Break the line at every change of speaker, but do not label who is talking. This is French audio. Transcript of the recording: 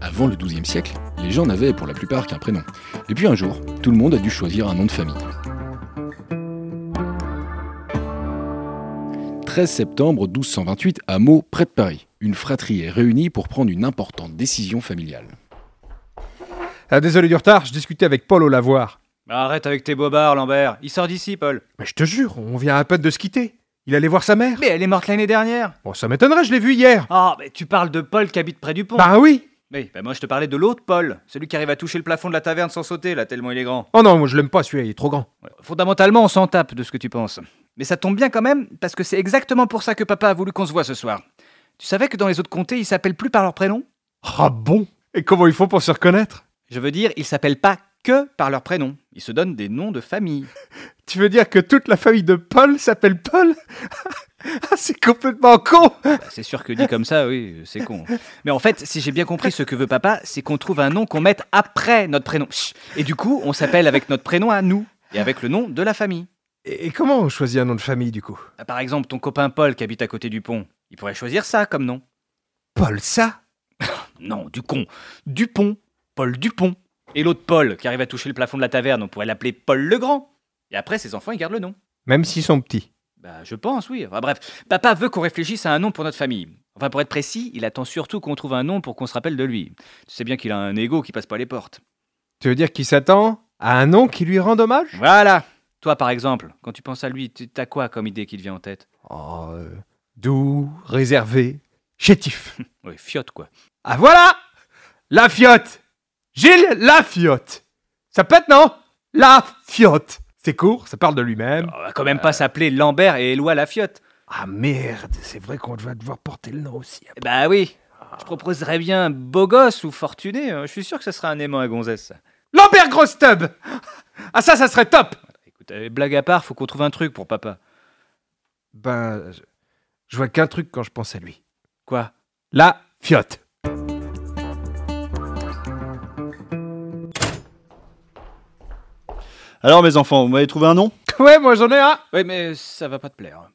Avant le XIIe siècle, les gens n'avaient pour la plupart qu'un prénom. Et puis un jour, tout le monde a dû choisir un nom de famille. 13 septembre 1228, à Meaux, près de Paris, une fratrie est réunie pour prendre une importante décision familiale.
Ah, désolé du retard, je discutais avec Paul au lavoir.
Arrête avec tes bobards, Lambert. Il sort d'ici, Paul.
Mais je te jure, on vient à peine de se quitter. Il allait voir sa mère.
Mais elle est morte l'année dernière.
Bon, ça m'étonnerait, je l'ai vu hier.
Ah, mais tu parles de Paul qui habite près du pont.
Bah oui.
Oui, bah moi je te parlais de l'autre Paul, celui qui arrive à toucher le plafond de la taverne sans sauter, là, tellement il est grand.
Oh non, moi je l'aime pas celui-là, il est trop grand.
Ouais. Fondamentalement, on s'en tape de ce que tu penses. Mais ça tombe bien quand même, parce que c'est exactement pour ça que papa a voulu qu'on se voit ce soir. Tu savais que dans les autres comtés, ils s'appellent plus par leur prénom
Ah bon Et comment ils font pour se reconnaître
Je veux dire, ils s'appellent pas que par leur prénom. Ils se donnent des noms de famille.
Tu veux dire que toute la famille de Paul s'appelle Paul Ah, C'est complètement con
Bah, c'est sûr que dit comme ça, oui, c'est con. Mais en fait, si j'ai bien compris ce que veut papa, c'est qu'on trouve un nom qu'on mette après notre prénom. Chut. Et du coup, on s'appelle avec notre prénom à nous, et avec le nom de la famille.
Et et comment on choisit un nom de famille du coup
Ah, Par exemple, ton copain Paul qui habite à côté du pont, il pourrait choisir ça comme nom.
Paul ça
Non, du con. Dupont. Paul Dupont. Et l'autre Paul qui arrive à toucher le plafond de la taverne, on pourrait l'appeler Paul le Grand. Et après, ses enfants, ils gardent le nom.
Même s'ils sont petits.
Bah, je pense, oui. Enfin, bref, papa veut qu'on réfléchisse à un nom pour notre famille. Enfin, pour être précis, il attend surtout qu'on trouve un nom pour qu'on se rappelle de lui. Tu sais bien qu'il a un ego qui passe pas les portes.
Tu veux dire qu'il s'attend à un nom qui lui rend hommage
Voilà Toi, par exemple, quand tu penses à lui, tu- t'as quoi comme idée qui te vient en tête
Oh, euh, doux, réservé, chétif.
Oui, fiotte, quoi.
Ah voilà La fiotte Gilles La fiotte Ça pète, non La fiotte C'est court, ça parle de lui-même.
On va quand même pas s'appeler Lambert et Éloi la fiotte.
Ah merde, c'est vrai qu'on va devoir porter le nom aussi.
Bah oui Je proposerais bien beau gosse ou fortuné. hein. Je suis sûr que ce sera un aimant à gonzesse, ça.
Lambert Grosse Tub Ah ça, ça serait top
Écoute, euh, blague à part, faut qu'on trouve un truc pour papa.
Ben, je, je vois qu'un truc quand je pense à lui.
Quoi
La fiotte
Alors mes enfants, vous m'avez trouvé un nom
Ouais, moi j'en ai un
Oui, mais ça va pas te plaire. hein.